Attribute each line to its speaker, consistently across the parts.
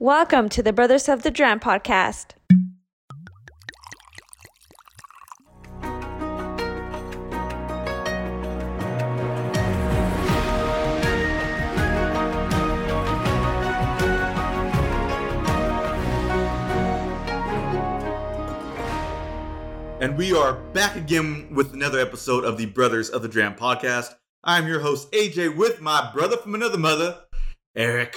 Speaker 1: Welcome to the Brothers of the Drum podcast.
Speaker 2: And we are back again with another episode of the Brothers of the Dram podcast. I'm your host, AJ, with my brother from another mother, Eric.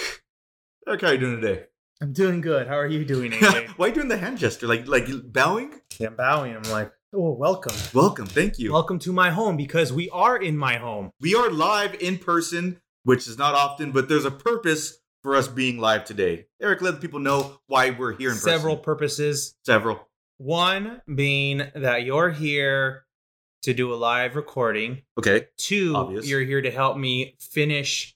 Speaker 2: Eric, how are you doing today?
Speaker 3: I'm doing good. How are you doing, AJ?
Speaker 2: Why are you doing the hand gesture? Like like bowing?
Speaker 3: I'm bowing. I'm like, oh, welcome.
Speaker 2: Welcome, thank you.
Speaker 3: Welcome to my home because we are in my home.
Speaker 2: We are live in person, which is not often, but there's a purpose for us being live today. Eric, let the people know why we're here in
Speaker 3: Several
Speaker 2: person.
Speaker 3: purposes.
Speaker 2: Several.
Speaker 3: One being that you're here to do a live recording.
Speaker 2: Okay.
Speaker 3: Two,
Speaker 2: Obvious.
Speaker 3: you're here to help me finish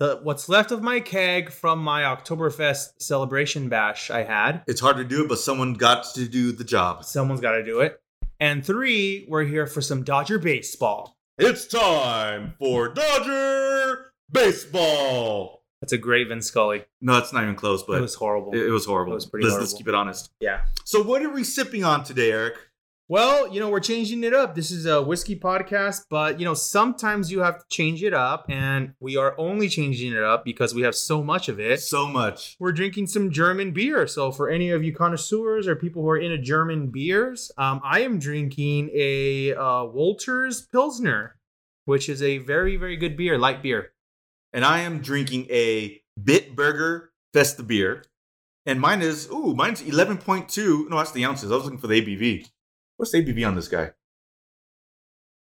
Speaker 3: the what's left of my keg from my Oktoberfest celebration bash I had.
Speaker 2: It's hard to do it, but someone got to do the job.
Speaker 3: Someone's got to do it. And three, we're here for some Dodger baseball.
Speaker 2: It's time for Dodger Baseball.
Speaker 3: That's a great Vin Scully.
Speaker 2: No, it's not even close, but
Speaker 3: it was horrible.
Speaker 2: It, it was horrible.
Speaker 3: It was pretty
Speaker 2: let's, let's
Speaker 3: horrible.
Speaker 2: keep it honest.
Speaker 3: yeah.
Speaker 2: So, what are we sipping on today, Eric?
Speaker 3: Well, you know, we're changing it up. This is a whiskey podcast, but you know, sometimes you have to change it up, and we are only changing it up because we have so much of it.
Speaker 2: So much.
Speaker 3: We're drinking some German beer. So, for any of you connoisseurs or people who are into German beers, um, I am drinking a uh, Wolters Pilsner, which is a very, very good beer, light beer.
Speaker 2: And I am drinking a Bitburger Festa beer. And mine is, ooh, mine's 11.2. No, that's the ounces. I was looking for the ABV. What's the ABV on this guy?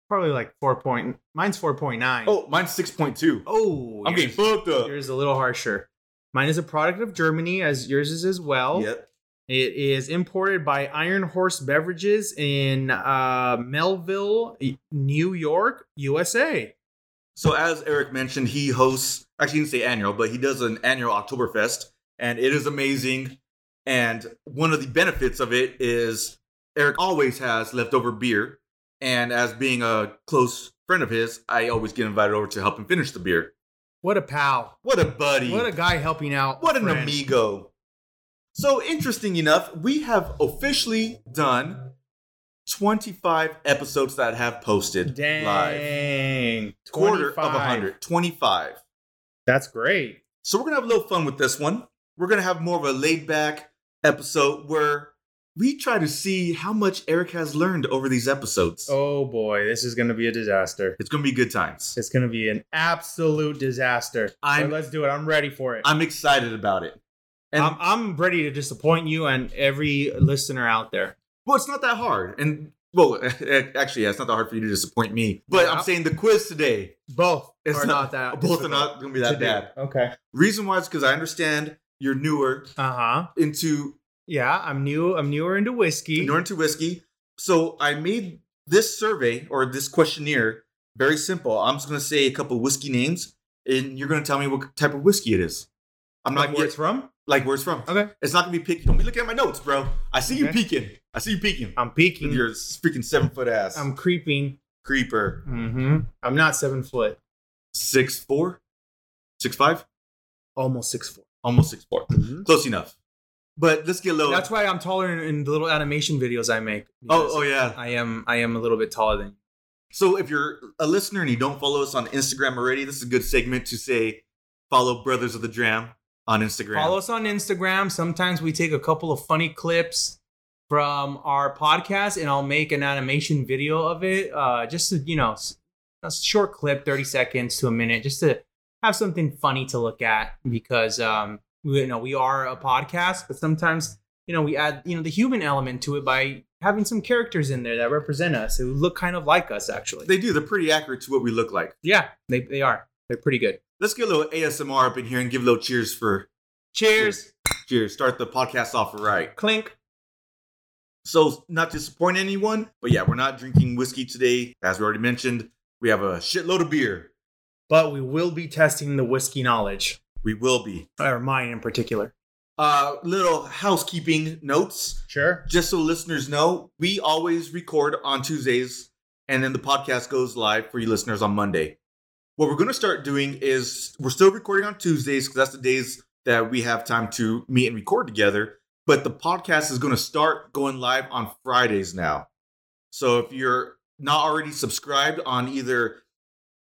Speaker 3: Probably like four point. Mine's four point nine.
Speaker 2: Oh, mine's 6.2.
Speaker 3: oh,
Speaker 2: I'm getting
Speaker 3: yours,
Speaker 2: fucked up.
Speaker 3: yours is a little harsher. Mine is a product of Germany, as yours is as well.
Speaker 2: Yep.
Speaker 3: It is imported by Iron Horse Beverages in uh, Melville, E, New York, USA.
Speaker 2: So, as Eric mentioned, he hosts, actually, he didn't say annual, but he does an annual Oktoberfest, and it is amazing. And one of the benefits of it is Eric always has leftover beer. And as being a close friend of his, I always get invited over to help him finish the beer.
Speaker 3: What a pal.
Speaker 2: What a buddy.
Speaker 3: What a guy helping out.
Speaker 2: What an
Speaker 3: friend.
Speaker 2: amigo. So, interesting enough, we have officially done 25 episodes that have posted live.
Speaker 3: Dang.
Speaker 2: Quarter
Speaker 3: 25.
Speaker 2: of 100. 25.
Speaker 3: That's great.
Speaker 2: So we're gonna have a little fun with this one. We're gonna have more of a laid back episode where we try to see how much Eric has learned over these episodes.
Speaker 3: Oh boy, this is going to be a disaster.
Speaker 2: It's gonna be good times.
Speaker 3: It's going to be an absolute disaster.
Speaker 2: I'm-
Speaker 3: But let's do it. I'm ready for it.
Speaker 2: I'm excited about it. And
Speaker 3: I'm, I'm ready to disappoint you and every listener out there.
Speaker 2: well, it's not that hard. And well, actually, yeah, it's not that hard for you to disappoint me. But
Speaker 3: Yeah.
Speaker 2: I'm saying the quiz today
Speaker 3: Both
Speaker 2: is
Speaker 3: are not, that.
Speaker 2: both are not gonna be that
Speaker 3: to do.
Speaker 2: bad.
Speaker 3: Okay.
Speaker 2: Reason why is because I understand you're newer
Speaker 3: Uh huh.
Speaker 2: into
Speaker 3: Yeah, I'm new. I'm newer into whiskey.
Speaker 2: Nor into whiskey. So I made this survey or this questionnaire very simple. I'm just gonna say a couple whiskey names, and you're gonna tell me what type of whiskey it is. I'm not
Speaker 3: like where
Speaker 2: like,
Speaker 3: it's from.
Speaker 2: like where it's from.
Speaker 3: Okay.
Speaker 2: It's not gonna be picky. Don't be looking at my notes, bro. I see you
Speaker 3: Okay.
Speaker 2: peeking. I see you peeking.
Speaker 3: I'm peeking.
Speaker 2: With your freaking seven foot ass
Speaker 3: I'm creeping.
Speaker 2: creeper.
Speaker 3: Mm-hmm. I'm not seven foot.
Speaker 2: Six four, six five,
Speaker 3: Almost six foot.
Speaker 2: almost six four. Close enough. But let's get low.
Speaker 3: That's why I'm taller in, in the little animation videos I make.
Speaker 2: oh
Speaker 3: because
Speaker 2: oh yeah.
Speaker 3: I am. I am a little bit taller than.
Speaker 2: So if you're a listener and you don't follow us on Instagram already, this is a good segment to say follow Brothers of the Dram on Instagram.
Speaker 3: Follow us on Instagram. Sometimes we take a couple of funny clips from our podcast, and I'll make an animation video of it. Uh, just to, you know, s- a short clip, thirty seconds to a minute, just to have something funny to look at because um, we, you know we are a podcast, but sometimes you know we add you know the human element to it by having some characters in there that represent us who look kind of like us actually.
Speaker 2: They do. They're pretty accurate to what we look like.
Speaker 3: yeah, they they are. They're pretty good.
Speaker 2: Let's get a little ASMR up in here and give a little cheers for
Speaker 3: Cheers.
Speaker 2: cheers. Start the podcast off right.
Speaker 3: Clink.
Speaker 2: So not to disappoint anyone, but yeah, we're not drinking whiskey today. As we already mentioned, we have a shitload of beer.
Speaker 3: But we will be testing the whiskey knowledge.
Speaker 2: We will be.
Speaker 3: or mine in particular.
Speaker 2: Uh little housekeeping notes.
Speaker 3: Sure.
Speaker 2: just so listeners know, we always record on Tuesdays and then the podcast goes live for you listeners on Monday. What we're going to start doing is we're still recording on Tuesdays because that's the days that we have time to meet and record together. But the podcast is going to start going live on Fridays now. So if you're not already subscribed on either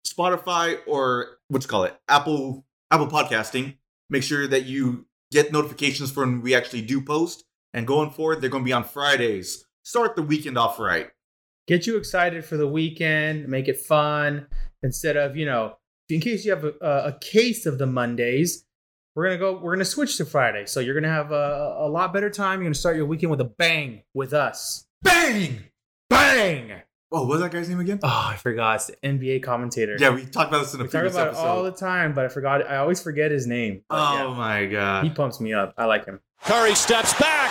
Speaker 2: Spotify or what's call it Apple Apple Podcasting, make sure that you get notifications for when we actually do post. And going forward, they're going to be on Fridays. Start the weekend off right.
Speaker 3: get you excited for the weekend, make it fun instead of, you know, in case you have a, a a case of the Mondays, we're going to go, we're going to switch to Friday. So you're going to have a, a lot better time. You're going to start your weekend with a bang with us.
Speaker 2: Bang!
Speaker 3: Bang!
Speaker 2: Oh, what was that guy's name again?
Speaker 3: Oh, I forgot. It's the NBA commentator.
Speaker 2: Yeah, we talked about this in a
Speaker 3: we talk
Speaker 2: previous
Speaker 3: about it
Speaker 2: episode.
Speaker 3: all the time, but I forgot. I always forget his name. But
Speaker 2: oh
Speaker 3: yeah,
Speaker 2: my
Speaker 3: he
Speaker 2: god.
Speaker 3: pumps me up. I like him.
Speaker 4: Curry steps back.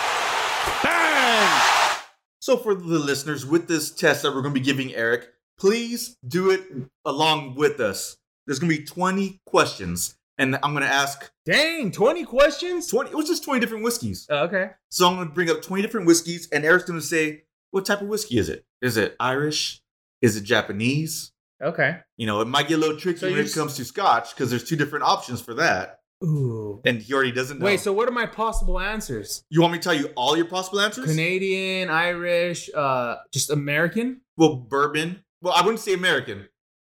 Speaker 4: Bang!
Speaker 2: So for the listeners with this test that we're going to be giving Eric, please do it along with us. There's going to be 20 questions and I'm going to ask
Speaker 3: Dang, 20 questions?
Speaker 2: 20 it was just 20 different whiskeys.
Speaker 3: Oh, okay.
Speaker 2: So I'm going to bring up 20 different whiskeys, and Eric's going to say, what type of whiskey is it? Is it Irish? Is it Japanese?
Speaker 3: Okay.
Speaker 2: You know, it might get a little tricky
Speaker 3: So
Speaker 2: when
Speaker 3: you
Speaker 2: it
Speaker 3: s-
Speaker 2: comes to scotch because there's two different options for that.
Speaker 3: Ooh.
Speaker 2: And he already doesn't know.
Speaker 3: Wait, so what are my possible answers?
Speaker 2: you want me to tell you all your possible answers?
Speaker 3: Canadian, Irish, uh, just American.
Speaker 2: well, bourbon. Well, I wouldn't say American.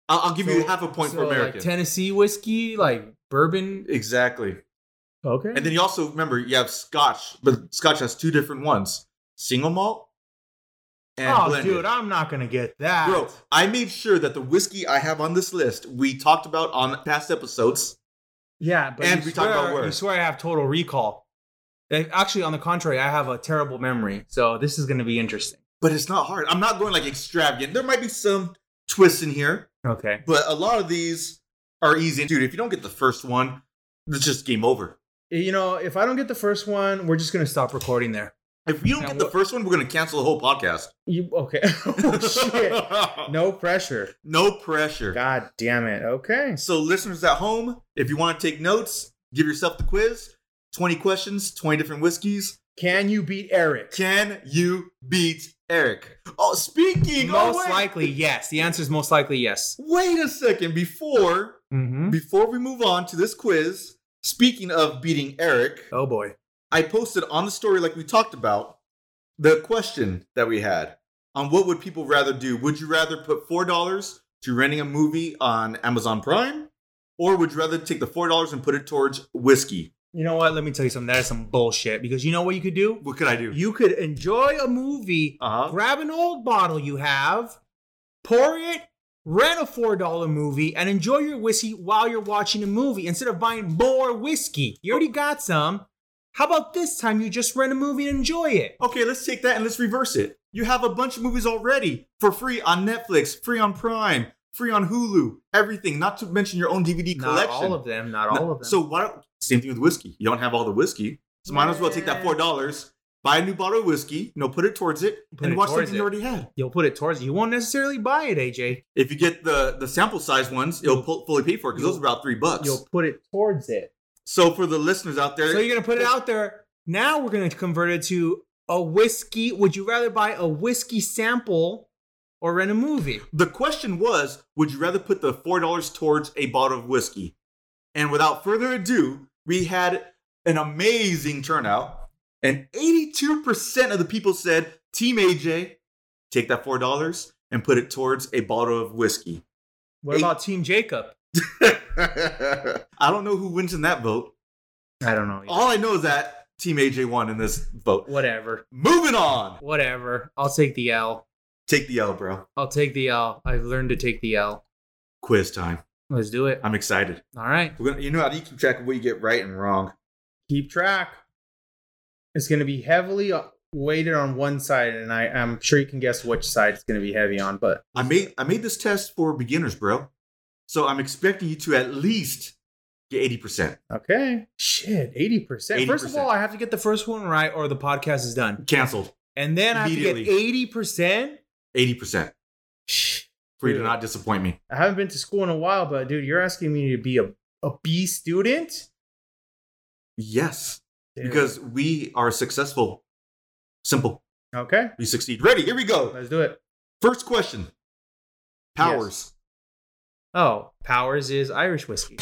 Speaker 2: I'll, I'll give you
Speaker 3: So-
Speaker 2: half a point for
Speaker 3: so, like,
Speaker 2: American.
Speaker 3: Tennessee whiskey, like bourbon.
Speaker 2: exactly.
Speaker 3: Okay.
Speaker 2: And then you also remember you have scotch, but scotch has two different ones single malt and
Speaker 3: oh,
Speaker 2: blended.
Speaker 3: dude, I'm not gonna get that.
Speaker 2: Bro, I made sure that the whiskey I have on this list we talked about on past episodes.
Speaker 3: Yeah, but
Speaker 2: And
Speaker 3: you
Speaker 2: we
Speaker 3: swear,
Speaker 2: talked about
Speaker 3: You
Speaker 2: words.
Speaker 3: swear I have total recall. Like, Actually, on the contrary, I have a terrible memory, so this is gonna be interesting.
Speaker 2: But it's not hard. I'm not going like extravagant. There might be some twists in here,
Speaker 3: Okay.
Speaker 2: but a lot of these are easy. Dude, if you don't get the first one, it's just game over.
Speaker 3: You know, if I don't get the first one, we're just gonna stop recording there.
Speaker 2: If we don't
Speaker 3: Now
Speaker 2: get the
Speaker 3: what-
Speaker 2: first one, we're gonna cancel the whole podcast.
Speaker 3: You okay? oh, shit. No pressure.
Speaker 2: No pressure.
Speaker 3: God damn it. Okay.
Speaker 2: So, listeners at home, if you want to take notes, give yourself the quiz. 20 questions, 20 different whiskeys.
Speaker 3: Can you beat Eric?
Speaker 2: Can you beat Eric? Oh, speaking
Speaker 3: most
Speaker 2: oh, wait.
Speaker 3: likely, yes. The answer is most likely yes.
Speaker 2: Wait a second before
Speaker 3: Mm-hmm.
Speaker 2: before we move on to this quiz. Speaking of beating Eric,
Speaker 3: Oh boy.
Speaker 2: I posted on the story like we talked about the question that we had on what would people rather do? Would you rather put $4 to renting a movie on Amazon Prime or would you rather take the $4 and put it towards whiskey?
Speaker 3: You know what? Let me tell you something. That is some bullshit. Because you know what you could do?
Speaker 2: What could I do?
Speaker 3: You could enjoy a movie,
Speaker 2: Uh-huh.
Speaker 3: grab an old bottle you have, pour it, rent a $4 movie, and enjoy your whiskey while you're watching a movie instead of buying more whiskey. You already got some. How about this time you just rent a movie and enjoy it?
Speaker 2: Okay, let's take that and let's reverse it. You have a bunch of movies already for free on Netflix, free on Prime, free on Hulu, everything, not to mention your own DVD
Speaker 3: Not
Speaker 2: collection.
Speaker 3: all of them, not all of them.
Speaker 2: So why don't, same thing with whiskey. You don't have all the whiskey. So might as well take that
Speaker 3: Yeah.
Speaker 2: four dollars, buy a new bottle of whiskey, you know, put it towards it,
Speaker 3: Put
Speaker 2: and
Speaker 3: it
Speaker 2: watch
Speaker 3: towards
Speaker 2: something you
Speaker 3: it.
Speaker 2: already had.
Speaker 3: you'll put it towards you won't necessarily buy it, AJ.
Speaker 2: If you get the the sample size ones, it'll pu- fully pay for it because those are about three bucks.
Speaker 3: You'll put it towards it.
Speaker 2: So for the listeners out there,
Speaker 3: So you're gonna put it out there. Now we're gonna convert it to a whiskey. Would you rather buy a whiskey sample or rent a movie?
Speaker 2: the question was, would you rather put the four dollars towards a bottle of whiskey? And without further ado, we had an amazing turnout, and eighty-two percent of the people said, "Team AJ, take that four dollars and put it towards a bottle of whiskey."
Speaker 3: What about Team Jacob?
Speaker 2: I don't know who wins in that vote.
Speaker 3: I don't know.
Speaker 2: All I know is that Team AJ won in this vote.
Speaker 3: Whatever.
Speaker 2: Moving on.
Speaker 3: Whatever. I'll take the L.
Speaker 2: Take the L, bro.
Speaker 3: I'll take the L. I've learned to take the L.
Speaker 2: Quiz time.
Speaker 3: Let's do it.
Speaker 2: I'm excited.
Speaker 3: All right.
Speaker 2: We're gonna, you know how you keep track of what you get right and wrong.
Speaker 3: Keep track. It's gonna be heavily uh, weighted on one side, and I, I'm sure you can guess which side it's gonna be heavy on. But
Speaker 2: I made I made this test for beginners, bro. So I'm expecting you to at least get 80%.
Speaker 3: okay, shit, eighty percent. First of
Speaker 2: 80%.
Speaker 3: all, I have to get the first one right, or the podcast is done.
Speaker 2: Cancelled.
Speaker 3: and then I have to get
Speaker 2: Immediately.
Speaker 3: eighty percent.
Speaker 2: 80%. For you to
Speaker 3: Dude.
Speaker 2: not disappoint me.
Speaker 3: I haven't been to school in a while, but dude, you're asking me to be a, a B student
Speaker 2: Yes.
Speaker 3: Dude.
Speaker 2: Because we are successful. Simple.
Speaker 3: okay,
Speaker 2: We succeed. Ready, here we go.
Speaker 3: let's do it.
Speaker 2: First question. Powers.
Speaker 3: Oh, Powers is Irish whiskey.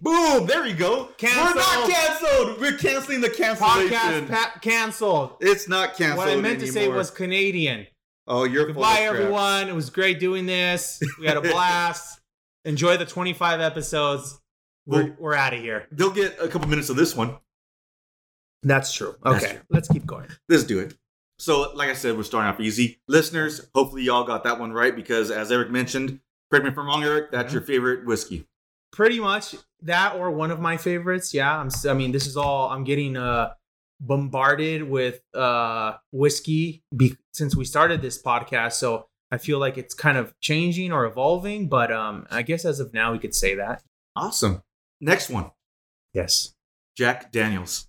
Speaker 2: Boom! There you go.
Speaker 3: Canceled.
Speaker 2: We're not canceled. We're canceling the cancellation.
Speaker 3: Podcast pa- canceled.
Speaker 2: it's not canceled
Speaker 3: What I meant to say
Speaker 2: anymore.
Speaker 3: was Canadian.
Speaker 2: oh, you're full
Speaker 3: Goodbye,
Speaker 2: of crap.
Speaker 3: everyone. It was great doing this. We had a blast. Enjoy the 25 episodes. We're,
Speaker 2: Well-
Speaker 3: we're out of here.
Speaker 2: They'll get a couple minutes of this one.
Speaker 3: That's true.
Speaker 2: That's
Speaker 3: Okay,
Speaker 2: true.
Speaker 3: let's keep going.
Speaker 2: Let's do it. So, like I said, we're starting off easy. Listeners, hopefully y'all got that one right because, as Eric mentioned, correct me if I'm wrong, Eric, that's your favorite whiskey.
Speaker 3: Pretty much that or one of my favorites. Yeah, I'm. s- I mean, this is all. I'm getting uh bombarded with uh whiskey be- since we started this podcast. So I feel like it's kind of changing or evolving. But um, I guess as of now, we could say that.
Speaker 2: Awesome. Next one,
Speaker 3: Yes,
Speaker 2: Jack Daniels.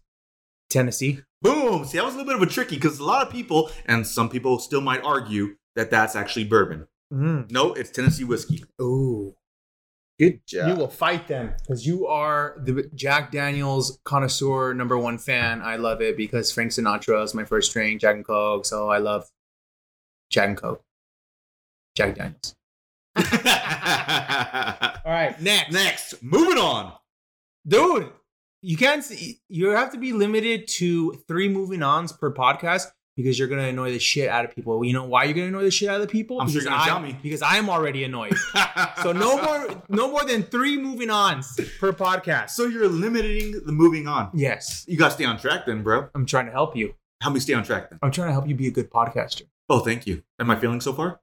Speaker 3: Tennessee.
Speaker 2: Boom. See, that was a little bit of a tricky because a lot of people, and some people still might argue, that that's actually bourbon.
Speaker 3: Mm.
Speaker 2: No, it's Tennessee whiskey.
Speaker 3: Ooh.
Speaker 2: Good
Speaker 3: You will fight them because you are the Jack Daniels connoisseur number one fan. I love it because Frank Sinatra is my first drink, Jack and Coke. So I love Jack and Coke. Jack Daniels. All right, next.
Speaker 2: Next, moving on.
Speaker 3: Dude, you can't, see, you have to be limited to three moving ons per podcast because you're going to annoy the shit out of people. You know why you're going to annoy the shit out of the people?
Speaker 2: I'm sure
Speaker 3: Because
Speaker 2: you're gonna
Speaker 3: I-
Speaker 2: tell me.
Speaker 3: Because I'm already annoyed. so no more, no more than three moving ons per podcast.
Speaker 2: So you're limiting the moving on.
Speaker 3: Yes.
Speaker 2: You gotta stay on track then, bro.
Speaker 3: I'm trying to help you.
Speaker 2: Help me stay on track then.
Speaker 3: I'm trying to help you be a good podcaster.
Speaker 2: Oh, thank you. Am I feeling so far?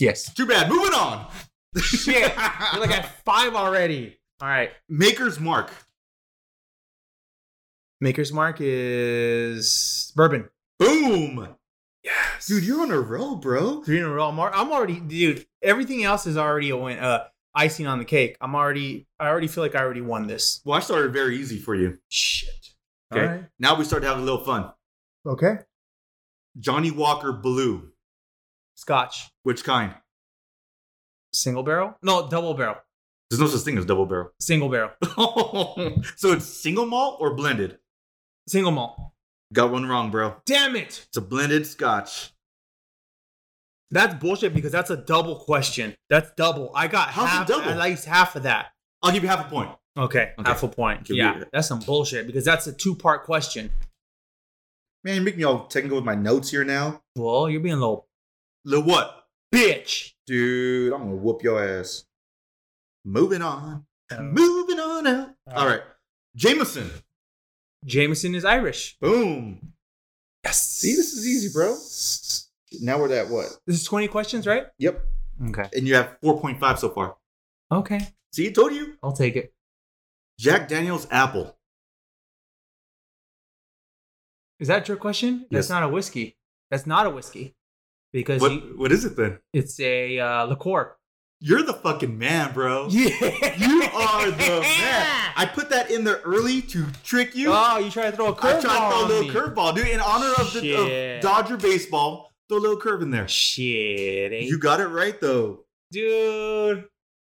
Speaker 3: Yes.
Speaker 2: Too bad. Moving on.
Speaker 3: Shit. You're like at five already. All right.
Speaker 2: Maker's Mark.
Speaker 3: Maker's Mark is bourbon.
Speaker 2: Boom. Yes. Dude, you're on a roll, bro.
Speaker 3: Three in a row. I'm, al- I'm already, dude, everything else is already a win, uh, icing on the cake. I'm already, I already feel like I already won this.
Speaker 2: Well, I started very easy for you.
Speaker 3: Shit.
Speaker 2: Okay.
Speaker 3: All right.
Speaker 2: Now we start to have a little fun.
Speaker 3: Okay.
Speaker 2: Johnny Walker Blue.
Speaker 3: Scotch.
Speaker 2: Which kind?
Speaker 3: Single barrel? No, double barrel.
Speaker 2: There's no such thing as double barrel.
Speaker 3: Single barrel.
Speaker 2: so it's single malt or blended?
Speaker 3: Single malt.
Speaker 2: Got one wrong, bro.
Speaker 3: Damn it.
Speaker 2: It's a blended scotch.
Speaker 3: That's bullshit because that's a double question. That's double. I got
Speaker 2: How's it
Speaker 3: half,
Speaker 2: double?
Speaker 3: at least half of that.
Speaker 2: I'll give you half a point.
Speaker 3: Okay,
Speaker 2: Okay.
Speaker 3: half a point.
Speaker 2: Give
Speaker 3: yeah,
Speaker 2: you-
Speaker 3: that's some bullshit because that's a two part question.
Speaker 2: Man, you're making me all technical with my notes here now.
Speaker 3: Well, you're being a little
Speaker 2: The what?
Speaker 3: bitch.
Speaker 2: Dude, I'm gonna whoop your ass. Moving on. Moving on out. all right. Jameson.
Speaker 3: Jameson is Irish.
Speaker 2: Boom.
Speaker 3: Yes.
Speaker 2: See, this is easy, bro. Now we're at what?
Speaker 3: This is 20 questions, right?
Speaker 2: Yep.
Speaker 3: Okay.
Speaker 2: And you have 4.5 so far.
Speaker 3: Okay,
Speaker 2: See, I told you.
Speaker 3: I'll take it.
Speaker 2: Jack Daniels Apple.
Speaker 3: Is that your question?
Speaker 2: Yes.
Speaker 3: That's not a whiskey. That's not a whiskey because you-
Speaker 2: What, what is it then?
Speaker 3: it's a uh, liqueur.
Speaker 2: You're the fucking man, bro.
Speaker 3: Yeah.
Speaker 2: You are the man. I put that in there early to trick you.
Speaker 3: Oh, you try to throw a curveball.
Speaker 2: I tried to throw a
Speaker 3: on
Speaker 2: little
Speaker 3: me.
Speaker 2: curveball, dude. In honor of the of
Speaker 3: Shit.
Speaker 2: Dodger baseball, throw a little curve in there.
Speaker 3: Shit, ain't
Speaker 2: You got it right though.
Speaker 3: dude.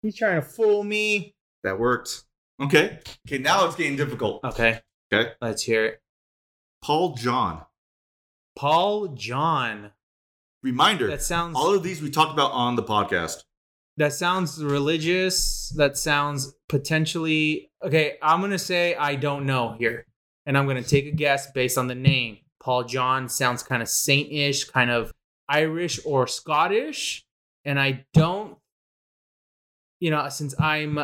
Speaker 3: You trying to fool me?
Speaker 2: That worked. Okay. Okay, now it's getting difficult.
Speaker 3: Okay.
Speaker 2: Okay.
Speaker 3: Let's hear it.
Speaker 2: Paul John.
Speaker 3: Paul John.
Speaker 2: Reminder.
Speaker 3: That sounds
Speaker 2: all of these we talked about on the podcast.
Speaker 3: that sounds religious. That sounds potentially okay. I'm gonna say I don't know here, and I'm gonna take a guess based on the name. Paul John sounds kind of saint-ish, kind of Irish or Scottish, and I don't, you know, since I'm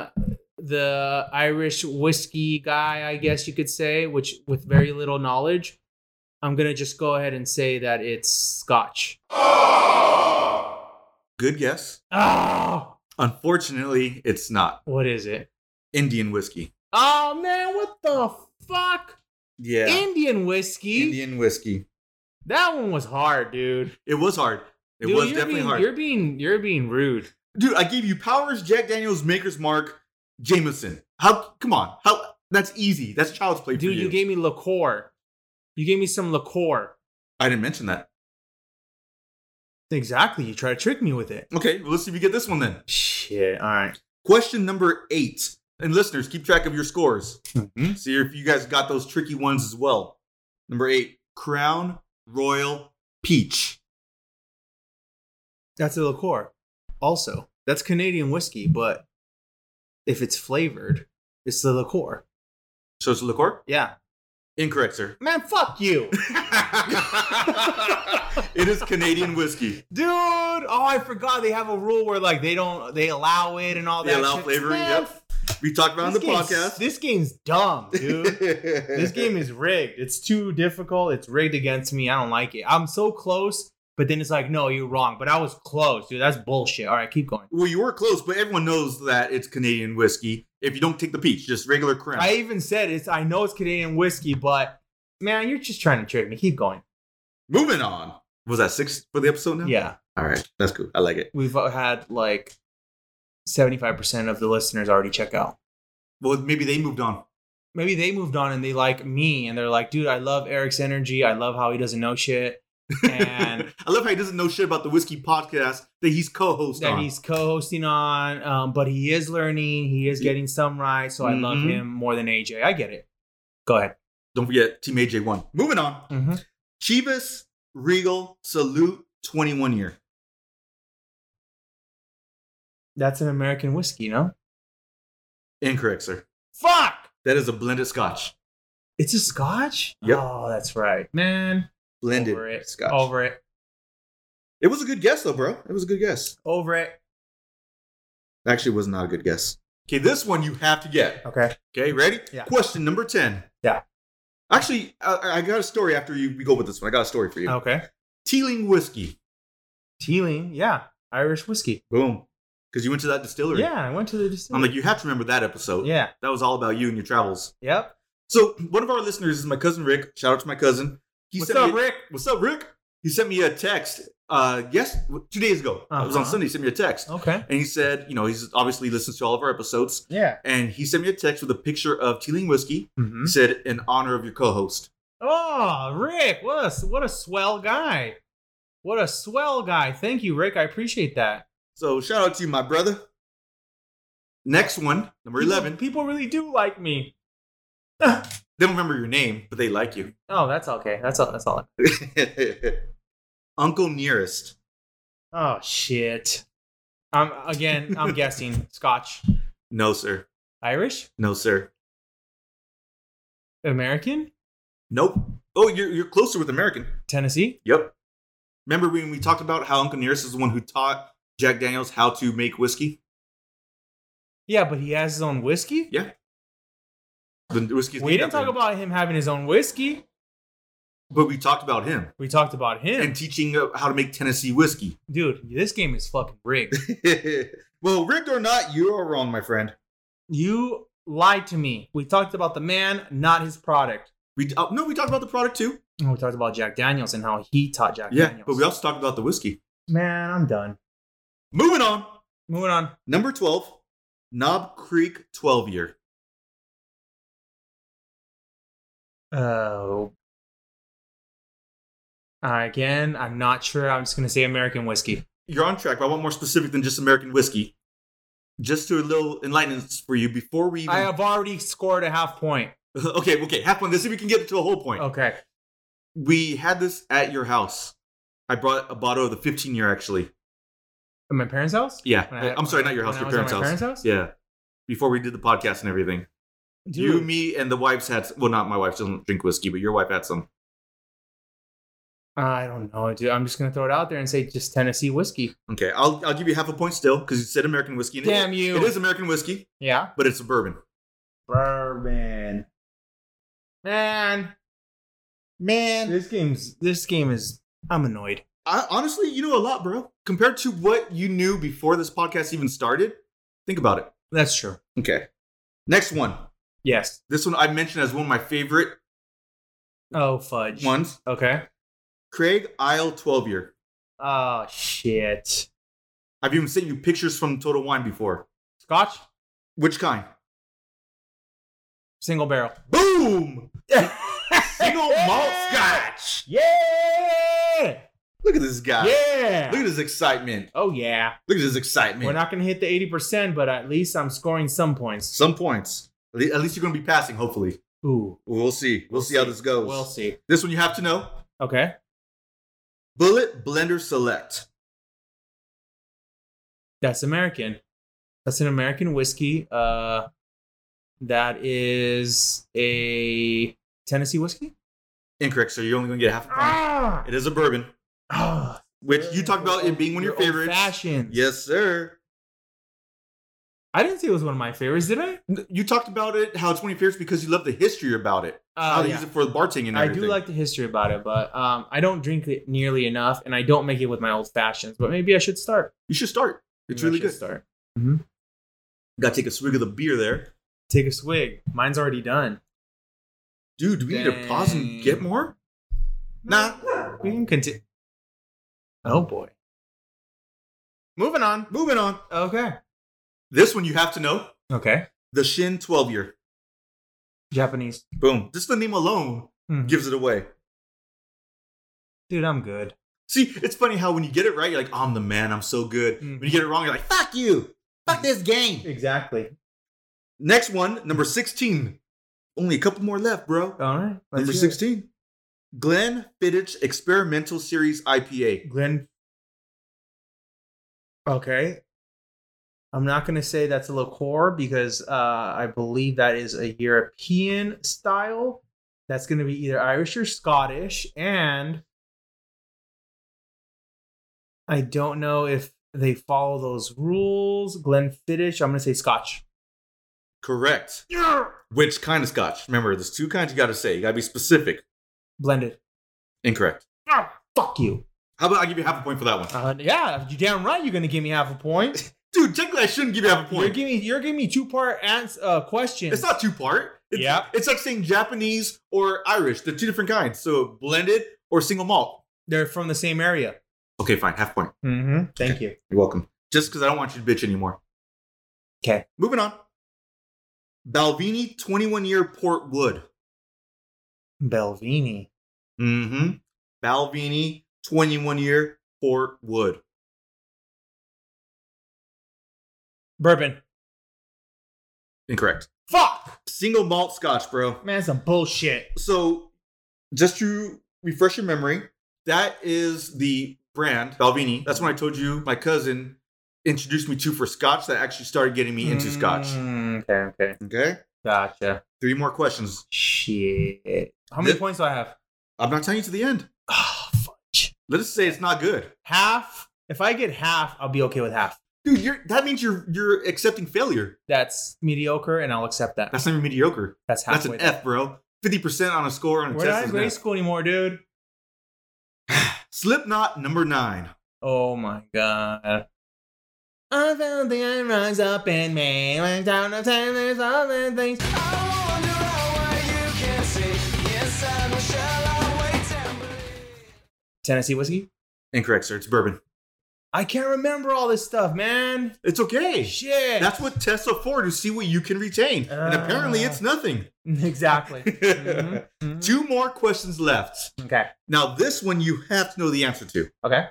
Speaker 3: the Irish whiskey guy, I guess you could say, which with very little knowledge, I'm gonna just go ahead and say that it's Scotch.
Speaker 2: Good guess.
Speaker 3: Oh,
Speaker 2: Unfortunately, it's not
Speaker 3: what is it?
Speaker 2: Indian whiskey.
Speaker 3: Oh man, what the fuck?
Speaker 2: Yeah.
Speaker 3: Indian whiskey.
Speaker 2: Indian whiskey.
Speaker 3: That one was hard, dude.
Speaker 2: It was hard. It
Speaker 3: Dude,
Speaker 2: was
Speaker 3: you're
Speaker 2: definitely
Speaker 3: being,
Speaker 2: hard.
Speaker 3: You're being you're being rude.
Speaker 2: dude i gave you powers jack daniels maker's mark jameson how come on how that's easy that's child's play for
Speaker 3: Dude,
Speaker 2: you,
Speaker 3: you. gave me liqueur. You gave me some liqueur.
Speaker 2: i didn't mention that
Speaker 3: Exactly. You try to trick me with it.
Speaker 2: okay well, let's see if you get this one then
Speaker 3: Shit. All right.
Speaker 2: question number eight and listeners keep track of your scores
Speaker 3: Mhm.
Speaker 2: see if you guys got those tricky ones as well number eight crown royal peach
Speaker 3: That's a liqueur. Also, that's Canadian whiskey, but if it's flavored, It's the liqueur.
Speaker 2: So it's liqueur?
Speaker 3: Yeah.
Speaker 2: Incorrect, sir.
Speaker 3: Man, fuck you.
Speaker 2: it is Canadian whiskey.
Speaker 3: Dude, oh, I forgot they have a rule where like they don't they allow it and all
Speaker 2: They
Speaker 3: that.
Speaker 2: allow
Speaker 3: shit.
Speaker 2: flavoring,
Speaker 3: Man,
Speaker 2: yep. We talked about it
Speaker 3: this
Speaker 2: on the
Speaker 3: game's-
Speaker 2: podcast.
Speaker 3: This game's dumb, dude. this
Speaker 2: this
Speaker 3: game is rigged. It's too difficult. It's rigged against me. I don't like it. I'm so close, but then it's like, no, you're wrong. But I was close, dude. That's bullshit. All right, keep going.
Speaker 2: Well, you were close, but everyone knows that it's Canadian whiskey. If you don't take the peach, just regular crown.
Speaker 3: I even said it's. I know it's Canadian whiskey, but man, you're just trying to trick me. Keep going.
Speaker 2: Moving on. Was that six for the episode now?
Speaker 3: Yeah,
Speaker 2: All right. That's cool. I like it.
Speaker 3: we've uh, had like seventy five percent of the listeners already check out.
Speaker 2: Well, maybe they moved on.
Speaker 3: maybe they moved on and they like me and they're like, dude, I love Eric's energy. I love how he doesn't know shit and
Speaker 2: I love how he doesn't know shit about the whiskey podcast that he's co-host
Speaker 3: that
Speaker 2: on.
Speaker 3: he's co-hosting on. Um, but he is learning. He is getting some right. So I love
Speaker 2: Mhm.
Speaker 3: him more than AJ. I get it. Go ahead.
Speaker 2: Don't forget Team AJ one. Moving on.
Speaker 3: Mm-hmm.
Speaker 2: Chivas Regal Salute 21 year.
Speaker 3: That's an American whiskey, no?
Speaker 2: Incorrect, sir.
Speaker 3: Fuck.
Speaker 2: That is a blended scotch.
Speaker 3: It's a Scotch.
Speaker 2: Yep.
Speaker 3: Oh, that's right, man.
Speaker 2: Blended
Speaker 3: Over it.
Speaker 2: scotch.
Speaker 3: Over it.
Speaker 2: It was a good guess though, bro. It was a good guess.
Speaker 3: Over it.
Speaker 2: Actually, it was not a good guess. Okay, this one you have to get.
Speaker 3: Okay.
Speaker 2: Okay, ready?
Speaker 3: Yeah.
Speaker 2: Question number 10.
Speaker 3: Yeah.
Speaker 2: Actually, I, I got a story after you we go with this one. I got a story for you.
Speaker 3: Okay.
Speaker 2: Teeling whiskey.
Speaker 3: Teeling. Yeah. Irish whiskey.
Speaker 2: Boom. Because you went to that distillery.
Speaker 3: Yeah. I went to the distillery.
Speaker 2: I'm like, you have to remember that episode.
Speaker 3: yeah.
Speaker 2: That was all about you and your travels.
Speaker 3: Yep.
Speaker 2: So one of our listeners is my cousin Rick. Shout out to my cousin. He
Speaker 3: What's
Speaker 2: sent
Speaker 3: up,
Speaker 2: me a-
Speaker 3: Rick?
Speaker 2: What's up, Rick? He sent me a text. Uh, yes, two days ago. It was on
Speaker 3: Uh-huh.
Speaker 2: Sunday. He sent me a text,
Speaker 3: Okay.
Speaker 2: and he said, you know, he's obviously listens to all of our episodes,
Speaker 3: Yeah.
Speaker 2: and he sent me a text with a picture of Teeling whiskey.
Speaker 3: Mm-hmm.
Speaker 2: He said, in honor of your co-host.
Speaker 3: Oh, Rick, what a, what a swell guy. What a swell guy. Thank you, Rick. I appreciate that.
Speaker 2: So shout out to you, my brother. Next one, number
Speaker 3: People-
Speaker 2: eleven.
Speaker 3: People really do like me.
Speaker 2: They don't remember your name, but they like you.
Speaker 3: Oh, that's okay. That's all. That's all.
Speaker 2: Uncle nearest.
Speaker 3: Oh, shit. Um, again, I'm guessing Scotch,
Speaker 2: No, sir.
Speaker 3: Irish,
Speaker 2: No, sir.
Speaker 3: American,
Speaker 2: Nope. Oh, you're you're closer with American.
Speaker 3: Tennessee.
Speaker 2: Yep. Remember when we talked about how Uncle Nearest is the one who taught Jack Daniels how to make whiskey?
Speaker 3: Yeah, but he has his own whiskey.
Speaker 2: Yeah. The whiskey.
Speaker 3: We didn't talk about him having his own whiskey.
Speaker 2: but we talked about him
Speaker 3: We talked about him.
Speaker 2: and teaching uh, how to make Tennessee whiskey.
Speaker 3: Dude, this game is fucking rigged.
Speaker 2: well, rigged or not, you are wrong, my friend.
Speaker 3: you lied to me. We talked about the man, not his product.
Speaker 2: We uh, no, we talked about the product too.
Speaker 3: And we talked about Jack Daniels and how he taught Jack
Speaker 2: Yeah,
Speaker 3: Daniels.
Speaker 2: but we also talked about the whiskey.
Speaker 3: Man, I'm done.
Speaker 2: Moving on,
Speaker 3: Moving on.
Speaker 2: number twelve, Knob Creek twelve year.
Speaker 3: Oh. Uh, again, I'm not sure. I'm just going to say American whiskey.
Speaker 2: you're on track, but I want more specific than just American whiskey. Just to a little enlightenment for you before we even.
Speaker 3: I have already scored a half point.
Speaker 2: okay, okay, half point. Let's see if we can get to a whole point.
Speaker 3: Okay.
Speaker 2: We had this at your house. I brought a bottle of the 15 year actually.
Speaker 3: At my parents' house?
Speaker 2: Yeah, Uh,
Speaker 3: When I-
Speaker 2: I'm sorry, not your house,
Speaker 3: when
Speaker 2: your
Speaker 3: I
Speaker 2: parents'
Speaker 3: was at my
Speaker 2: house.
Speaker 3: parents' house?
Speaker 2: Yeah, before we did the podcast and everything. You, me, and the wives had. Well, not my wife doesn't drink whiskey, but your wife had some.
Speaker 3: I don't know, dude. I'm just going to throw it out there and say just Tennessee whiskey.
Speaker 2: Okay, I'll I'll give you half a point still because you said American whiskey. and it-
Speaker 3: Damn you.
Speaker 2: It is American whiskey,
Speaker 3: Yeah.
Speaker 2: but it's a bourbon.
Speaker 3: Bourbon. Man. Man. This game's, this game is, I'm annoyed.
Speaker 2: I, honestly, you know a lot, bro. Compared to what you knew before this podcast even started, think about it.
Speaker 3: That's true.
Speaker 2: Okay. Next one.
Speaker 3: Yes.
Speaker 2: This one I mentioned as one of my favorite
Speaker 3: Oh, fudge.
Speaker 2: ones.
Speaker 3: Okay.
Speaker 2: Craig Isle 12 year.
Speaker 3: Oh, shit.
Speaker 2: I've even sent you pictures from Total Wine before.
Speaker 3: Scotch,
Speaker 2: Which kind?
Speaker 3: single barrel.
Speaker 2: Boom!
Speaker 3: single
Speaker 2: Single malt scotch.
Speaker 3: Yeah.
Speaker 2: Look at this guy.
Speaker 3: Yeah.
Speaker 2: Look at his excitement.
Speaker 3: Oh, yeah.
Speaker 2: Look at his excitement.
Speaker 3: We're not going to hit the 80%, but at least I'm scoring some points.
Speaker 2: Some points. At le- at least you're going to be passing, hopefully.
Speaker 3: Ooh.
Speaker 2: We'll see. We'll, see, how this goes.
Speaker 3: We'll see.
Speaker 2: This one you have to know.
Speaker 3: Okay.
Speaker 2: Bullet Blender Select.
Speaker 3: That's American. That's an American whiskey. Uh, That is a Tennessee whiskey.
Speaker 2: Incorrect, sir. You're only going to get half a point.
Speaker 3: Ah,
Speaker 2: It is a bourbon, which you talked about it being one of your favorites.
Speaker 3: Fashion.
Speaker 2: Yes, sir.
Speaker 3: I didn't say it was one of my favorites, did I?
Speaker 2: N- You talked about it, how it's one of your favorites because you love the history about it.
Speaker 3: Uh,
Speaker 2: how they
Speaker 3: yeah.
Speaker 2: use it for bartending and
Speaker 3: I
Speaker 2: everything.
Speaker 3: do like the history about it, but um, I don't drink it nearly enough, and I don't make it with my old fashions. But maybe I should start.
Speaker 2: You should start. It's
Speaker 3: Maybe I
Speaker 2: really
Speaker 3: should
Speaker 2: good.
Speaker 3: Start.
Speaker 2: Got to take a swig of the beer there.
Speaker 3: Take a swig. Mine's already done.
Speaker 2: Dude, do we need to pause and
Speaker 3: Dang.
Speaker 2: get more? Nah.
Speaker 3: We can continue. Oh boy. Moving on.
Speaker 2: Moving on.
Speaker 3: Okay.
Speaker 2: This one you have to know.
Speaker 3: Okay.
Speaker 2: The Shin 12 year.
Speaker 3: Japanese.
Speaker 2: Boom. Just the name alone
Speaker 3: Mhm.
Speaker 2: gives it away.
Speaker 3: Dude, I'm good.
Speaker 2: See, it's funny how when you get it right, you're like, I'm the man, I'm so good.
Speaker 3: Mm.
Speaker 2: When you get it wrong, you're like, fuck you. Fuck this game.
Speaker 3: Exactly.
Speaker 2: Next one, number 16. Only a couple more left, bro.
Speaker 3: All right. Oh, let's
Speaker 2: number
Speaker 3: do it.
Speaker 2: 16. Glenn Fittich Experimental Series IPA.
Speaker 3: Glenn. Okay. I'm not going to say that's a liqueur because uh, I believe that is a European style. That's going to be either Irish or Scottish. And I don't know if they follow those rules. Glenfiddich, I'm going to say Scotch.
Speaker 2: Correct. Which kind of scotch? Remember, there's two kinds you gotta say. You gotta be specific.
Speaker 3: Blended.
Speaker 2: Incorrect.
Speaker 3: Fuck you.
Speaker 2: How about I give you half a point for that one?
Speaker 3: Uh, yeah, you damn right you're going to give me half a point.
Speaker 2: Dude, technically I shouldn't give you half a
Speaker 3: You're
Speaker 2: point.
Speaker 3: giving me, you're giving me two part ans- uh, questions.
Speaker 2: It's not two part. It's,
Speaker 3: Yeah.
Speaker 2: It's like saying Japanese or Irish. They're two different kinds. So blended or single malt.
Speaker 3: They're from the same area.
Speaker 2: Okay, fine. Half point.
Speaker 3: Mm-hmm. Thank you.
Speaker 2: You're welcome. Just because I don't want you to bitch anymore.
Speaker 3: 'Kay.
Speaker 2: Moving on. Balvini 21 year port wood.
Speaker 3: Belvini.
Speaker 2: Mm hmm. Balvini 21 year port wood.
Speaker 3: Bourbon.
Speaker 2: Incorrect.
Speaker 3: Fuck!
Speaker 2: Single malt scotch, bro.
Speaker 3: Man, some bullshit.
Speaker 2: So just to refresh your memory, that is the brand Balvini. That's when I told you my cousin introduced me to for scotch that actually started getting me into scotch.
Speaker 3: Mm, Okay, okay.
Speaker 2: Okay.
Speaker 3: Gotcha.
Speaker 2: Three more questions.
Speaker 3: Shit. How many
Speaker 2: Thi-
Speaker 3: points do I have?
Speaker 2: I'm not telling you to the end. Ah,
Speaker 3: Oh, fudge.
Speaker 2: Let's say it's not good.
Speaker 3: Half. If I get half, I'll be okay with half.
Speaker 2: Dude, you're that means you're you're accepting failure.
Speaker 3: That's mediocre, and I'll accept that.
Speaker 2: That's not even mediocre.
Speaker 3: That's
Speaker 2: That's
Speaker 3: halfway.
Speaker 2: an F, bro. 50% on a score on a
Speaker 3: We're
Speaker 2: test
Speaker 3: not
Speaker 2: is
Speaker 3: in
Speaker 2: an
Speaker 3: grade
Speaker 2: F.
Speaker 3: school anymore, dude.
Speaker 2: Slipknot number nine.
Speaker 3: Oh my god. I found the iron rise up in me. Went down of time, there's all the things. Tennessee whiskey?
Speaker 2: Incorrect, sir. It's bourbon.
Speaker 3: I can't remember all this stuff, man.
Speaker 2: It's okay.
Speaker 3: Shit.
Speaker 2: That's what tests are for to see what you can retain. and apparently
Speaker 3: Ah.
Speaker 2: it's nothing.
Speaker 3: exactly. Mhm. Mhm.
Speaker 2: Two more questions left.
Speaker 3: Okay.
Speaker 2: Now, this one you have to know the answer to.
Speaker 3: Okay.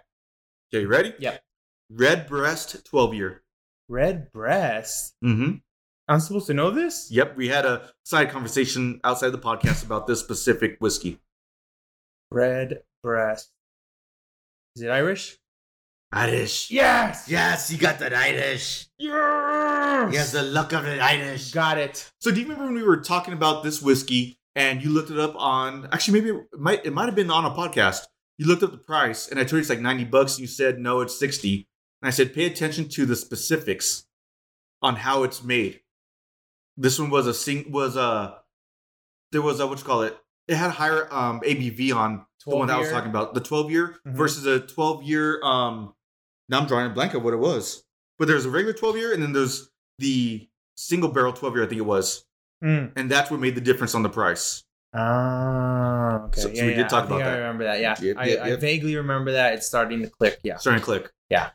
Speaker 2: Okay, you ready?
Speaker 3: Yep.
Speaker 2: Red breast 12 year.
Speaker 3: Red breast.
Speaker 2: Mm-hmm.
Speaker 3: I'm supposed to know this?
Speaker 2: Yep, we had a side conversation outside the podcast about this specific whiskey.
Speaker 3: Red breast. Is it Irish?
Speaker 2: Irish.
Speaker 3: Yes.
Speaker 2: Yes, you got that Irish.
Speaker 3: Yes.
Speaker 2: the luck of the Irish.
Speaker 3: Got it.
Speaker 2: So, do you remember when we were talking about this whiskey and you looked it up on? Actually, maybe it might it might have been on a podcast. You looked up the price, and I told you it's like ninety bucks. And you said no, it's sixty. And I said pay attention to the specifics on how it's made. This one was a sing was a there was a what you call it? It had higher um ABV on the one that I was
Speaker 3: 12-year?
Speaker 2: talking about, the twelve year
Speaker 3: Mhm.
Speaker 2: versus a twelve year. Um, now I'm drawing a blank of what it was, but there's a regular twelve year, and then there's the single barrel twelve year. I think it was
Speaker 3: Mm.
Speaker 2: and that's what made the difference on the price.
Speaker 3: Ah, okay.
Speaker 2: So- so
Speaker 3: yeah,
Speaker 2: we did
Speaker 3: yeah.
Speaker 2: talk
Speaker 3: I think
Speaker 2: about that.
Speaker 3: I remember that. Yeah,
Speaker 2: Yep,
Speaker 3: I,
Speaker 2: yep,
Speaker 3: I
Speaker 2: yep.
Speaker 3: vaguely remember that. It's starting to click. Yeah.
Speaker 2: Starting to click.
Speaker 3: Yeah.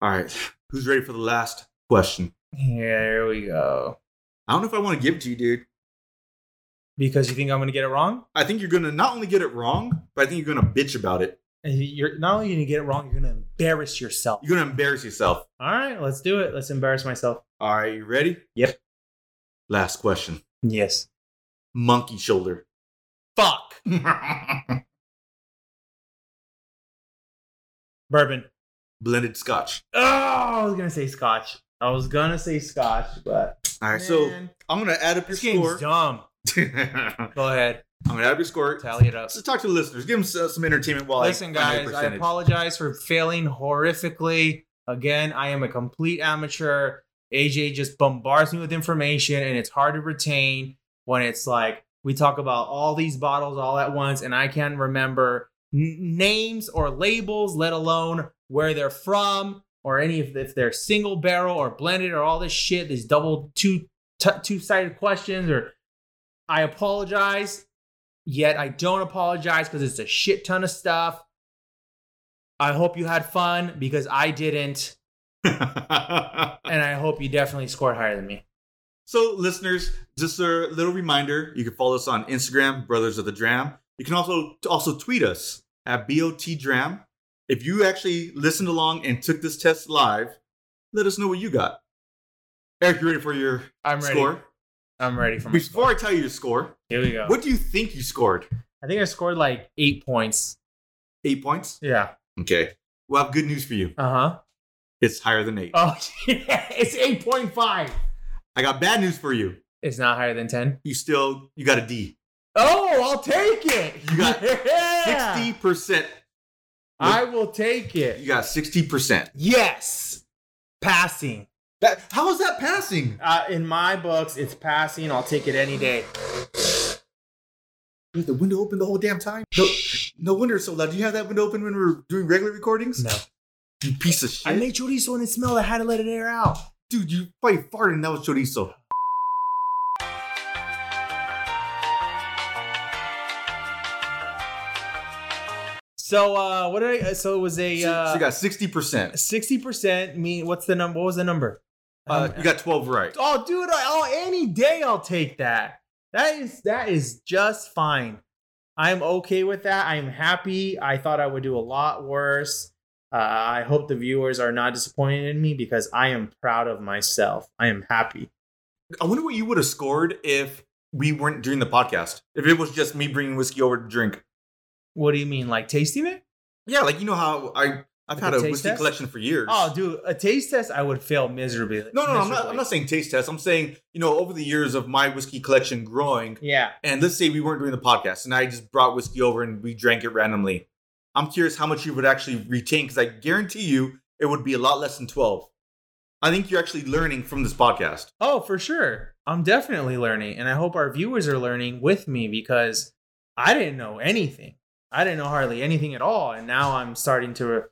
Speaker 2: All right. Who's ready for the last question?
Speaker 3: Here we go.
Speaker 2: I don't know if I want to give it to you, dude.
Speaker 3: Because you think I'm gonna get it wrong?
Speaker 2: I think you're gonna not only get it wrong, but I think you're gonna bitch about it.
Speaker 3: And You're not only gonna get it wrong, you're gonna embarrass yourself.
Speaker 2: You're gonna embarrass yourself.
Speaker 3: All right, let's do it. Let's embarrass myself.
Speaker 2: All right, you ready?
Speaker 3: Yep.
Speaker 2: Last question.
Speaker 3: Yes.
Speaker 2: Monkey shoulder.
Speaker 3: Fuck. Bourbon.
Speaker 2: Blended scotch.
Speaker 3: Oh, I was gonna say scotch. I was gonna say scotch, but
Speaker 2: All right, so
Speaker 3: Man.
Speaker 2: I'm gonna add up your
Speaker 3: This game's
Speaker 2: score.
Speaker 3: dumb.
Speaker 2: I'm
Speaker 3: Go ahead,
Speaker 2: gonna add up your score.
Speaker 3: tally it up.
Speaker 2: So talk to the listeners. Give them some, some entertainment while I find
Speaker 3: Listen,
Speaker 2: out
Speaker 3: guys,
Speaker 2: your
Speaker 3: I
Speaker 2: percentage.
Speaker 3: apologize for failing horrifically. Again, I am a complete amateur. AJ just bombards me with information, and it's hard to retain when it's like we talk about all these bottles all at once, and I can't remember n- names or labels, let alone where they're from or any if, if they're single barrel or blended or all this shit. These double two t- two sided questions. Or I apologize, yet I don't apologize because it's a shit ton of stuff. I hope you had fun because I didn't, and I hope you definitely scored higher than me.
Speaker 2: So, listeners, just a little reminder: you can follow us on Instagram, Brothers of the Dram. You can also also tweet us at botdram. If you actually listened along and took this test live, let us know what you got. Eric, you ready for your
Speaker 3: I'm ready.
Speaker 2: score?
Speaker 3: I'm ready for my
Speaker 2: Before
Speaker 3: score.
Speaker 2: I tell you your score,
Speaker 3: Here we go.
Speaker 2: what do you think you scored?
Speaker 3: I think I scored like eight points.
Speaker 2: Eight points.
Speaker 3: Yeah.
Speaker 2: Okay. Well, I have good news for you.
Speaker 3: Uh huh.
Speaker 2: It's higher than eight.
Speaker 3: Oh, yeah. It's eight point five.
Speaker 2: I got bad news for you.
Speaker 3: It's not higher than ten.
Speaker 2: You still you got a D.
Speaker 3: Oh, I'll take it.
Speaker 2: You got
Speaker 3: Yeah.
Speaker 2: Sixty percent.
Speaker 3: I will take
Speaker 2: You
Speaker 3: it.
Speaker 2: got sixty percent.
Speaker 3: Yes. Passing.
Speaker 2: That how is that passing?
Speaker 3: Uh, in my books, it's passing. I'll take it any day.
Speaker 2: With the window open the whole damn time. No, no wonder it's so loud. Do you have that window open when we're doing regular recordings?
Speaker 3: No.
Speaker 2: You piece of shit.
Speaker 3: I made chorizo and it smelled. I had to let it air out.
Speaker 2: Dude, you probably farted and that was chorizo.
Speaker 3: So uh what did I so it was a
Speaker 2: so,
Speaker 3: uh
Speaker 2: you got 60%.
Speaker 3: sixty percent mean what's the number what was the number?
Speaker 2: Uh,
Speaker 3: Um,
Speaker 2: you got 12 right.
Speaker 3: oh dude, I, oh any day I'll take that. That is that is just fine. I'm okay with that. I'm happy. I thought I would do a lot worse. Uh, I hope the viewers are not disappointed in me because I am proud of myself. I am happy.
Speaker 2: I wonder what you would have scored if we weren't doing the podcast. If it was just me bringing whiskey over to drink.
Speaker 3: What do you mean, like tasting it?
Speaker 2: Yeah, like you know how I, I've
Speaker 3: Like
Speaker 2: had
Speaker 3: a
Speaker 2: a
Speaker 3: taste
Speaker 2: whiskey
Speaker 3: test?
Speaker 2: collection for years.
Speaker 3: Oh, dude, a taste test I would fail miserably.
Speaker 2: no, no, no, I'm not, I'm
Speaker 3: miserably.
Speaker 2: not saying taste test. I'm saying, you know, over the years of my whiskey collection growing,
Speaker 3: Yeah,
Speaker 2: and let's say we weren't doing the podcast and I just brought whiskey over and we drank it randomly. I'm curious how much you would actually retain because I guarantee you it would be a lot less than 12. I think you're actually learning from this podcast.
Speaker 3: Oh, for sure. I'm definitely learning, and I hope our viewers are learning with me because I didn't know anything. I didn't know hardly anything at all, and now I'm starting to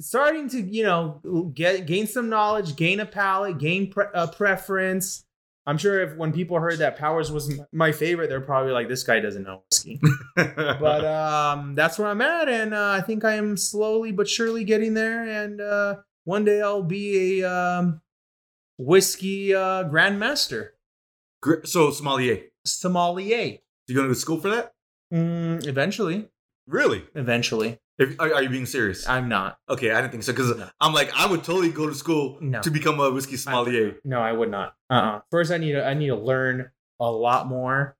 Speaker 3: starting to you know get gain some knowledge, gain a palate, gain pre- a preference. I'm sure if when people heard that Powers was m- my favorite, they're probably like, "This guy doesn't know whiskey." but um, that's where I'm at, and uh, I think I am slowly but surely getting there. And uh, one day I'll be a um, whiskey uh, grandmaster
Speaker 2: Gr- so, sommelier,
Speaker 3: sommelier.
Speaker 2: you going to school for that?
Speaker 3: Mm, eventually,
Speaker 2: Really?
Speaker 3: eventually,
Speaker 2: If, are, are you being serious?
Speaker 3: I'm not.
Speaker 2: okay, I didn't think so because
Speaker 3: No.
Speaker 2: I'm like, I would totally go to school
Speaker 3: No.
Speaker 2: to become a whiskey sommelier.
Speaker 3: No, I would not. Uh. uh First, I need to, I need to learn a lot more,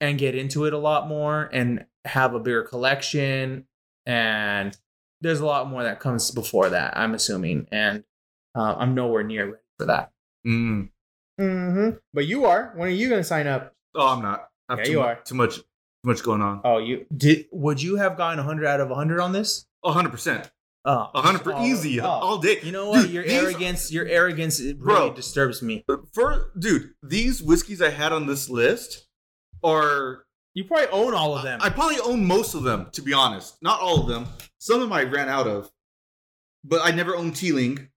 Speaker 3: and get into it a lot more, and have a bigger collection. And there's a lot more that comes before that. I'm assuming, and uh, I'm nowhere near ready for that.
Speaker 2: Mm.
Speaker 3: Mm-hmm. But you are. When are you going to sign up?
Speaker 2: Oh, I'm not. I have
Speaker 3: Yeah,
Speaker 2: too,
Speaker 3: you
Speaker 2: mu-
Speaker 3: are.
Speaker 2: Too much, too much going on.
Speaker 3: Oh, you did. Would you have gotten 100 out of 100 on this?
Speaker 2: 100%.
Speaker 3: Oh,
Speaker 2: 100%
Speaker 3: oh,
Speaker 2: easy.
Speaker 3: oh.
Speaker 2: All day.
Speaker 3: You know what?
Speaker 2: Dude,
Speaker 3: your
Speaker 2: these-
Speaker 3: arrogance. Your arrogance it really
Speaker 2: Bro.
Speaker 3: disturbs me.
Speaker 2: for dude, these whiskeys I had on this list are
Speaker 3: You probably own all of them.
Speaker 2: I probably own most of them, to be honest. Not all of them. Some of them I ran out of. But I never owned Teeling.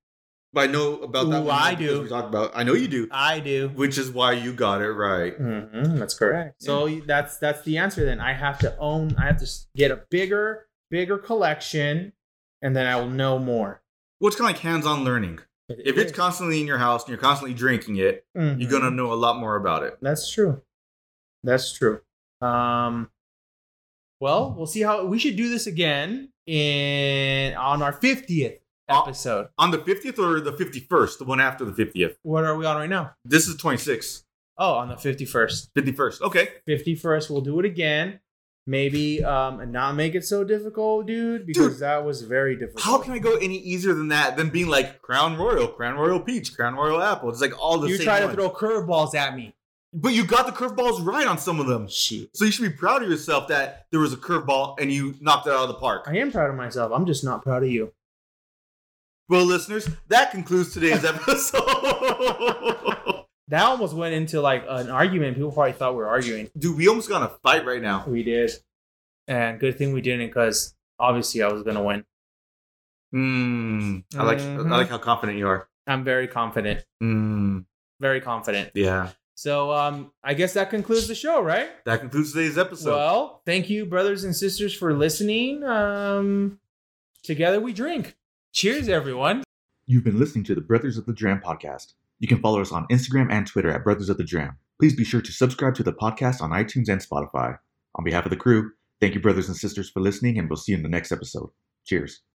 Speaker 2: But I know about that
Speaker 3: Ooh,
Speaker 2: one
Speaker 3: I
Speaker 2: because
Speaker 3: do.
Speaker 2: We talked about. I know you do,
Speaker 3: I do.
Speaker 2: which is why you got it right.
Speaker 3: Mm-hmm, that's correct. So you- that's that's the answer. Then I have to own. I have to s- get a bigger, bigger collection, and then I will know more.
Speaker 2: Well, it's kind of like hands-on learning. If it's constantly in your house and you're constantly drinking it,
Speaker 3: Mhm.
Speaker 2: you're gonna know a lot more about it.
Speaker 3: That's true. That's true. Um, well, we'll see how we should do this again in on our fiftieth
Speaker 2: Uh,
Speaker 3: episode.
Speaker 2: On the 50th or the 51st, the one after the 50th.
Speaker 3: What are we on right now?
Speaker 2: This is 26,
Speaker 3: Oh, on the fifty first.
Speaker 2: 51st. Okay.
Speaker 3: Fifty first, we'll do it again. maybe um and not make it so difficult, dude, because
Speaker 2: Dude,
Speaker 3: that was very difficult.
Speaker 2: How can I go any easier than that? Than being like Crown Royal, Crown Royal Peach, Crown Royal Apple. It's like all the
Speaker 5: you
Speaker 2: same.
Speaker 5: try to
Speaker 2: ones.
Speaker 5: throw curveballs at me.
Speaker 2: but you got the curveballs right on some of them.
Speaker 3: Shit.
Speaker 2: So you should be proud of yourself that there was a curveball and you knocked it out of the park.
Speaker 3: I am proud of myself. I'm just not proud of you.
Speaker 2: Well, listeners, that concludes today's episode.
Speaker 3: That almost went into like an argument. People probably thought we were arguing.
Speaker 2: Dude, we almost got in a fight right now.
Speaker 3: We did. And good thing we didn't because obviously I was going to win.
Speaker 2: Mm, I like
Speaker 5: Mm-hmm.
Speaker 3: Mhm.
Speaker 2: I like how confident you are.
Speaker 3: I'm very confident.
Speaker 2: Mm,
Speaker 3: Very confident.
Speaker 2: yeah,
Speaker 3: So um, I guess that concludes the show, right?
Speaker 2: that concludes today's episode.
Speaker 3: well, thank you, brothers and sisters, for listening. Um, together we drink. Cheers, everyone.
Speaker 2: You've been listening to the Brothers of the Dram podcast. You can follow us on Instagram and Twitter at Brothers of the Dram. Please be sure to subscribe to the podcast on iTunes and Spotify. On behalf of the crew, thank you, brothers and sisters, for listening, and we'll see you in the next episode. Cheers.